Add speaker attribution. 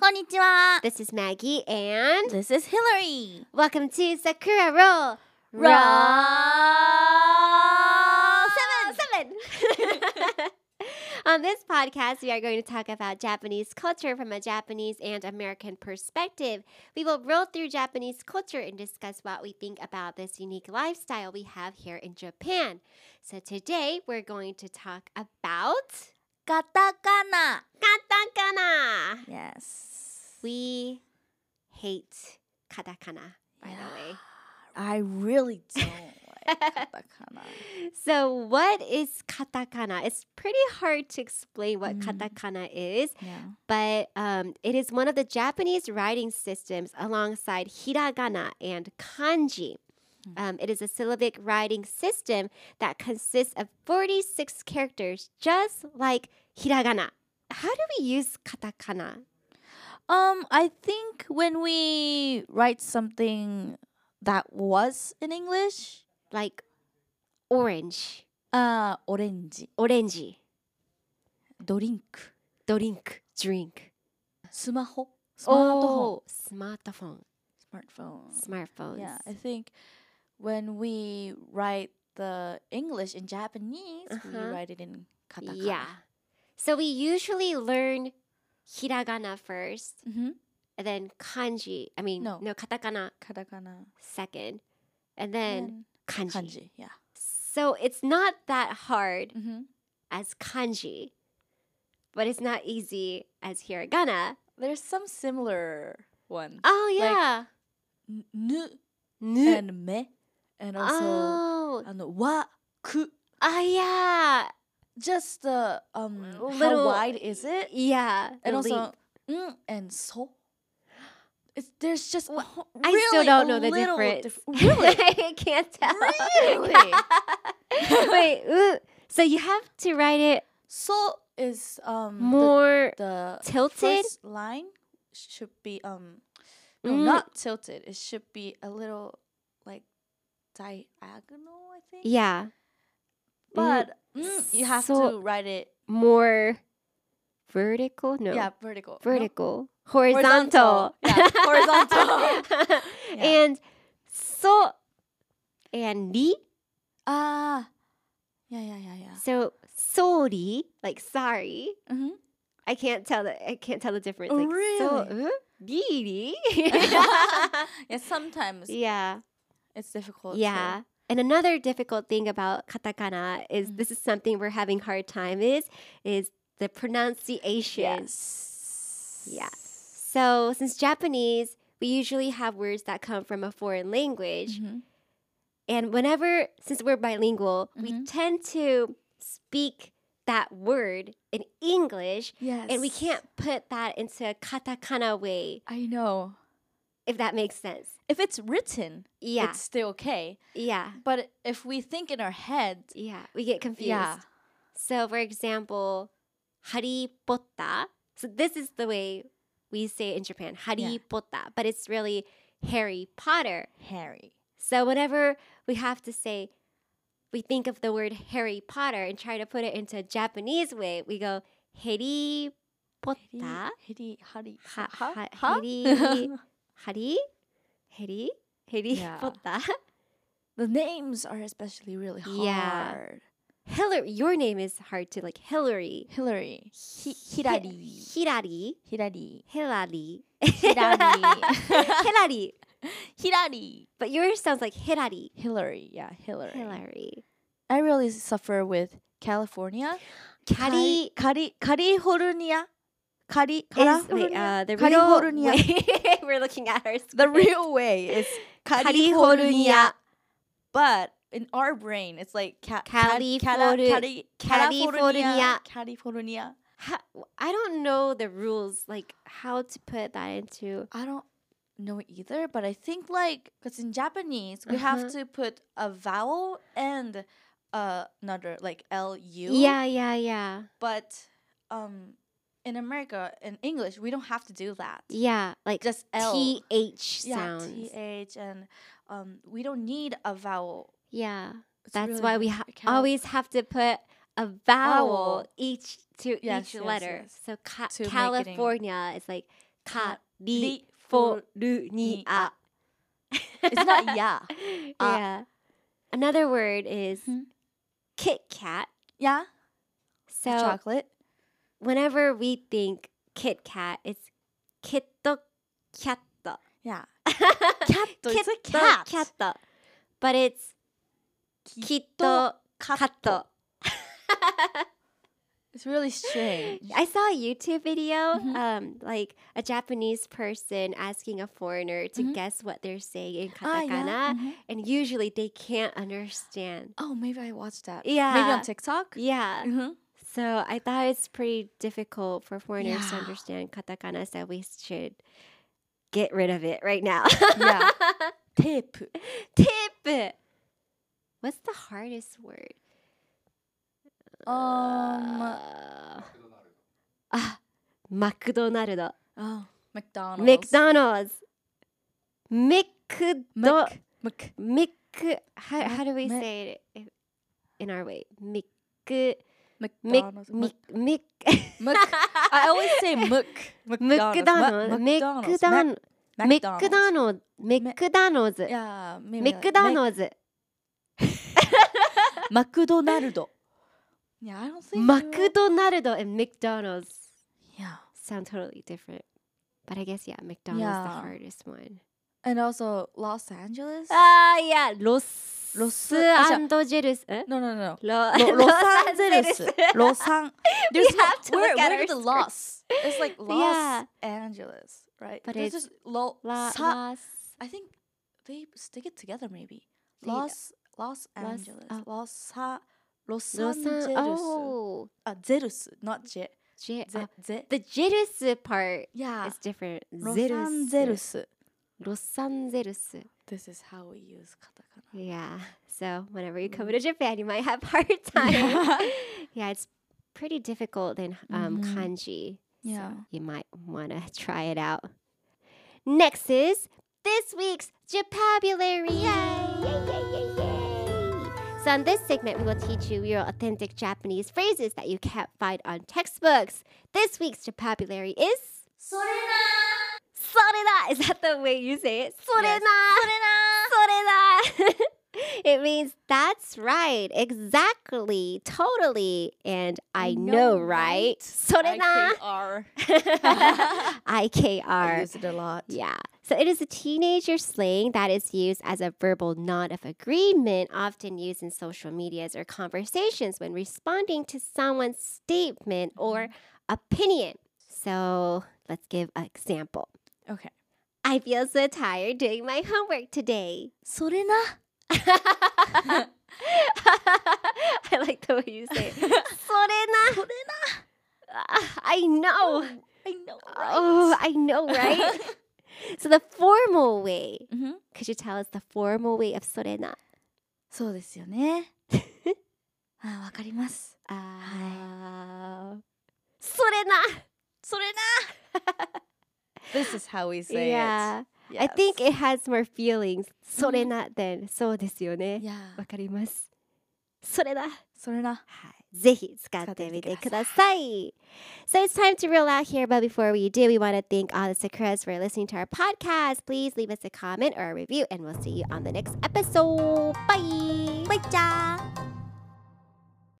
Speaker 1: Konnichiwa.
Speaker 2: This is Maggie and
Speaker 1: This is Hillary.
Speaker 2: welcome to Sakura Roll.
Speaker 1: Roll
Speaker 2: Oh, seven. On this podcast, we are going to talk about Japanese culture from a Japanese and American perspective. We will roll through Japanese culture and discuss what we think about this unique lifestyle we have here in Japan. So today, we're going to talk about
Speaker 1: Katakana.
Speaker 2: katakana.
Speaker 1: Yes.
Speaker 2: We hate katakana, by the way.
Speaker 1: I really don't like katakana.
Speaker 2: So, what is katakana? It's pretty hard to explain what
Speaker 1: Mm.
Speaker 2: katakana is,
Speaker 1: Yeah.
Speaker 2: but um, it is one of the Japanese writing systems alongside hiragana and kanji.
Speaker 1: Mm.
Speaker 2: Um, it is a syllabic writing system that consists of 46 characters, just like hiragana. How do we use katakana?
Speaker 1: Um, I think when we write something that was in English,
Speaker 2: Like orange,
Speaker 1: uh, orange,
Speaker 2: orange,
Speaker 1: drink,
Speaker 2: drink, drink.
Speaker 1: スマホ、スマートフォ
Speaker 2: Oh,
Speaker 1: ン
Speaker 2: smartphone,
Speaker 1: smartphone.
Speaker 2: smartphones.
Speaker 1: Mm. Yeah, I think when we write the English in Japanese, we
Speaker 2: Uh-huh.
Speaker 1: write it in katakana.
Speaker 2: Yeah. So we usually learn hiragana first,
Speaker 1: hmm
Speaker 2: and then kanji. I mean, no,
Speaker 1: No.
Speaker 2: katakana
Speaker 1: Katakana.
Speaker 2: second, and then kanji.
Speaker 1: kanji. Yeah.
Speaker 2: So it's not that hard
Speaker 1: hmm
Speaker 2: as kanji, but it's not easy as hiragana.
Speaker 1: There's some similar ones.
Speaker 2: Oh
Speaker 1: Like,
Speaker 2: yeah.
Speaker 1: N- nu
Speaker 2: Nu.
Speaker 1: and me, and also
Speaker 2: oh.
Speaker 1: and wa ku.
Speaker 2: Ah yeah.
Speaker 1: Just the um,
Speaker 2: Little-
Speaker 1: how wide is it?
Speaker 2: Yeah.
Speaker 1: And
Speaker 2: the
Speaker 1: also
Speaker 2: link.
Speaker 1: mm, and so. It's, there's just
Speaker 2: Oh, I
Speaker 1: really
Speaker 2: still don't
Speaker 1: a
Speaker 2: know the
Speaker 1: little
Speaker 2: difference.
Speaker 1: diff- really?
Speaker 2: I can't tell.
Speaker 1: Really?
Speaker 2: Wait, ooh, so you have to write it
Speaker 1: So is um the-
Speaker 2: more
Speaker 1: the,
Speaker 2: tilted?
Speaker 1: first line should be um no,
Speaker 2: Mm.
Speaker 1: not tilted. It should be a little like diagonal, I think.
Speaker 2: Yeah, Mm,
Speaker 1: But mm, you have
Speaker 2: So-
Speaker 1: to write it
Speaker 2: more vertical. No,
Speaker 1: yeah, vertical. no?
Speaker 2: vertical, horizontal.
Speaker 1: Horizontal. Yeah, horizontal. Yeah.
Speaker 2: And so and li.
Speaker 1: Ah. yeah, yeah, yeah, yeah.
Speaker 2: So sorry, like sorry.
Speaker 1: hmm
Speaker 2: I can't tell the I can't tell the difference. Like
Speaker 1: Really?
Speaker 2: So, li,
Speaker 1: Yeah, sometimes
Speaker 2: yeah.
Speaker 1: it's difficult. to-
Speaker 2: Yeah. And another difficult thing about katakana is
Speaker 1: Mm.
Speaker 2: this is something we're having hard time is is the pronunciation.
Speaker 1: Yes.
Speaker 2: Yeah. So since Japanese, we usually have words that come from a foreign language,
Speaker 1: Mhm.
Speaker 2: and whenever since we're bilingual, we
Speaker 1: Mhm.
Speaker 2: tend to speak that word in English,
Speaker 1: Yes.
Speaker 2: and we can't put that into a katakana way,
Speaker 1: I know.
Speaker 2: if that makes sense.
Speaker 1: If it's written,
Speaker 2: Yeah,
Speaker 1: it's still okay.
Speaker 2: yeah,
Speaker 1: But if we think in our head,
Speaker 2: yeah. We get confused.
Speaker 1: yeah,
Speaker 2: So, for example, Harry Potter. So, this is the way we say it in Japan, Harry
Speaker 1: Yeah.
Speaker 2: Potter, but it's really Harry Potter.
Speaker 1: Harry.
Speaker 2: So, whenever we have to say, we think of the word Harry Potter and try to put it into a Japanese way, we go Harry Potter.
Speaker 1: Hiri, Hari,
Speaker 2: Ha-
Speaker 1: ha-
Speaker 2: ha-
Speaker 1: ha?
Speaker 2: Hiri. Harry? Harry? Harry
Speaker 1: Yeah.
Speaker 2: Potter?
Speaker 1: the names are especially really hard.
Speaker 2: Yeah. Hillary, your name is hard to like Hillary.
Speaker 1: Hillary,
Speaker 2: Hi-
Speaker 1: Hi- Hirari,
Speaker 2: Hirari.
Speaker 1: Hirari,
Speaker 2: Hilari.
Speaker 1: Hirari.
Speaker 2: Hilari.
Speaker 1: Hirari,
Speaker 2: But yours sounds like Hilari.
Speaker 1: Hillary. Yeah, Hillary.
Speaker 2: Hilary.
Speaker 1: I really suffer with California.
Speaker 2: Cali
Speaker 1: Cali, Cali, California, Cali,
Speaker 2: is wait,
Speaker 1: California.
Speaker 2: uh, the real
Speaker 1: California.
Speaker 2: way we're looking at our
Speaker 1: The real way is California. But in our brain, it's like ca- ca- cala-
Speaker 2: Californi-
Speaker 1: cali-
Speaker 2: California.
Speaker 1: California. California.
Speaker 2: Ha- I don't know the rules like how to put that into.
Speaker 1: I don't know either, but I think like because in Japanese we have
Speaker 2: Uh-huh.
Speaker 1: to put a vowel and uh, another like L U.
Speaker 2: Yeah, yeah, yeah,
Speaker 1: But um, in America in English we don't have to do that.
Speaker 2: yeah. Like
Speaker 1: Just L.
Speaker 2: T H
Speaker 1: yeah,
Speaker 2: sounds.
Speaker 1: T H and um, we don't need a vowel.
Speaker 2: yeah,
Speaker 1: It's
Speaker 2: that's
Speaker 1: really
Speaker 2: why we
Speaker 1: hard
Speaker 2: ha-
Speaker 1: to count.
Speaker 2: always have to put a vowel
Speaker 1: Vowel.
Speaker 2: each to
Speaker 1: Yes,
Speaker 2: each
Speaker 1: yes,
Speaker 2: letter.
Speaker 1: yes.
Speaker 2: So ca-
Speaker 1: To make it in-
Speaker 2: California is like カリフォルニア。
Speaker 1: It's not yeah. Ah.
Speaker 2: yeah. Uh, Another word is
Speaker 1: Hmm.
Speaker 2: Kit Kat.
Speaker 1: Yeah.
Speaker 2: So
Speaker 1: chocolate.
Speaker 2: whenever we think Kit Kat, it's Kitto Katto.
Speaker 1: Yeah.
Speaker 2: Katto.
Speaker 1: it's a cat.
Speaker 2: Katto. But it's Kitto Katto.
Speaker 1: It's really strange.
Speaker 2: I saw a YouTube video,
Speaker 1: Mhm.
Speaker 2: um, like a Japanese person asking a foreigner to
Speaker 1: Mhm.
Speaker 2: guess what they're saying in
Speaker 1: Ah,
Speaker 2: katakana,
Speaker 1: yeah, mhm.
Speaker 2: and usually they can't understand.
Speaker 1: Oh, maybe I watched that. Maybe
Speaker 2: Yeah.
Speaker 1: on TikTok.
Speaker 2: Yeah.
Speaker 1: Mhm.
Speaker 2: So I thought it's pretty difficult for foreigners to
Speaker 1: Yeah.
Speaker 2: understand katakana, so we should get rid of it right now.
Speaker 1: Yeah. Tip.
Speaker 2: Tip. What's the hardest word?
Speaker 1: Um.
Speaker 2: Uh, ah, McDonald's.
Speaker 1: Oh, McDonald's.
Speaker 2: McDonald's. McDo.
Speaker 1: Mc. Mc.
Speaker 2: Mick. How, how do we
Speaker 1: Mc-
Speaker 2: say it i- in our way? Mick. Mick.
Speaker 1: McDonald's.
Speaker 2: Mick. Mick.
Speaker 1: Mc- I always say Mc.
Speaker 2: McDonald's.
Speaker 1: Ma-
Speaker 2: McDonald's.
Speaker 1: McDonald's.
Speaker 2: McDonald's.
Speaker 1: Mac- McDonald's.
Speaker 2: McDonald's. McDonald's.
Speaker 1: Yeah, maybe like
Speaker 2: McDonald's.
Speaker 1: Mac- McDonald's. Yeah, I don't think. you-
Speaker 2: McDonald's and McDonald's
Speaker 1: Yeah,
Speaker 2: sound totally different. But I guess, yeah, McDonald's the
Speaker 1: Yeah.
Speaker 2: hardest one.
Speaker 1: and also Los Angeles.
Speaker 2: Ah, yeah. Los.
Speaker 1: Los-
Speaker 2: Angeles. eh?
Speaker 1: no, no, no.
Speaker 2: Lo-
Speaker 1: Lo- Los Angeles. Los
Speaker 2: Los
Speaker 1: An.
Speaker 2: We
Speaker 1: There's no,
Speaker 2: have to
Speaker 1: where,
Speaker 2: look at
Speaker 1: where
Speaker 2: our
Speaker 1: the
Speaker 2: script.
Speaker 1: Los? It's like Los
Speaker 2: Yeah.
Speaker 1: Angeles, right?
Speaker 2: But
Speaker 1: There's
Speaker 2: it's
Speaker 1: just Lo-
Speaker 2: La-
Speaker 1: Sa-
Speaker 2: Los.
Speaker 1: I think they stick it together maybe.
Speaker 2: They-
Speaker 1: Los Los
Speaker 2: Los-
Speaker 1: Angeles.
Speaker 2: oh.
Speaker 1: Los Sa- Los
Speaker 2: Los
Speaker 1: Angeles.
Speaker 2: An- Oh.
Speaker 1: Uh, Zeros, not J.
Speaker 2: J-
Speaker 1: Z-
Speaker 2: uh,
Speaker 1: Z-
Speaker 2: the jitters part
Speaker 1: yeah.
Speaker 2: is different.
Speaker 1: Los
Speaker 2: Zeros.
Speaker 1: Angeles.
Speaker 2: Los Angeles.
Speaker 1: This is how we use katakana.
Speaker 2: Yeah. So whenever you come to Japan, you might have hard time. Yeah,
Speaker 1: Yeah.
Speaker 2: it's pretty difficult than um,
Speaker 1: Mhm.
Speaker 2: kanji. So
Speaker 1: Yeah.
Speaker 2: you might want to try it out. Next is this week's Japabulary. Yay! Yay! Yay! Yay! Yay! So in this segment, we will teach you real authentic Japanese phrases that you can't find on textbooks. This week's Japabulary is. Sorena! Is that the way you say it? Sorena!
Speaker 1: Yes.
Speaker 2: Sorena! it means that's right, exactly, totally, and I know,
Speaker 1: know,
Speaker 2: right?
Speaker 1: right?
Speaker 2: Sorena!
Speaker 1: IKR. I
Speaker 2: IKR.
Speaker 1: use it a lot.
Speaker 2: Yeah. So it is a teenager slang that is used as a verbal nod of agreement, often used in social medias or conversations when responding to someone's statement or opinion. So let's give an example.
Speaker 1: Okay.
Speaker 2: I feel so tired doing my homework today.
Speaker 1: それな。
Speaker 2: I like the way you say it. それな。Ah, I know.
Speaker 1: I know.
Speaker 2: Oh, I know, right? so the formal way.
Speaker 1: hmm
Speaker 2: Could you tell us the formal way of sorena?
Speaker 1: そうですよ ね。あ、わかります。
Speaker 2: Uh, sorena.
Speaker 1: それな。This is how we say
Speaker 2: yeah.
Speaker 1: it.
Speaker 2: I think
Speaker 1: Yes.
Speaker 2: it
Speaker 1: Mm-hmm.
Speaker 2: has more feelings. Sorena than そうですよね。
Speaker 1: Yeah.
Speaker 2: わかります。それだ。
Speaker 1: それな。
Speaker 2: ぜひ使ってみてください。So it's time to roll out here, but before we do, we want to thank all the Sakuras for listening to our podcast. Please leave us a comment or a review, and we'll see you on the next episode. Bye!
Speaker 1: バイちゃん。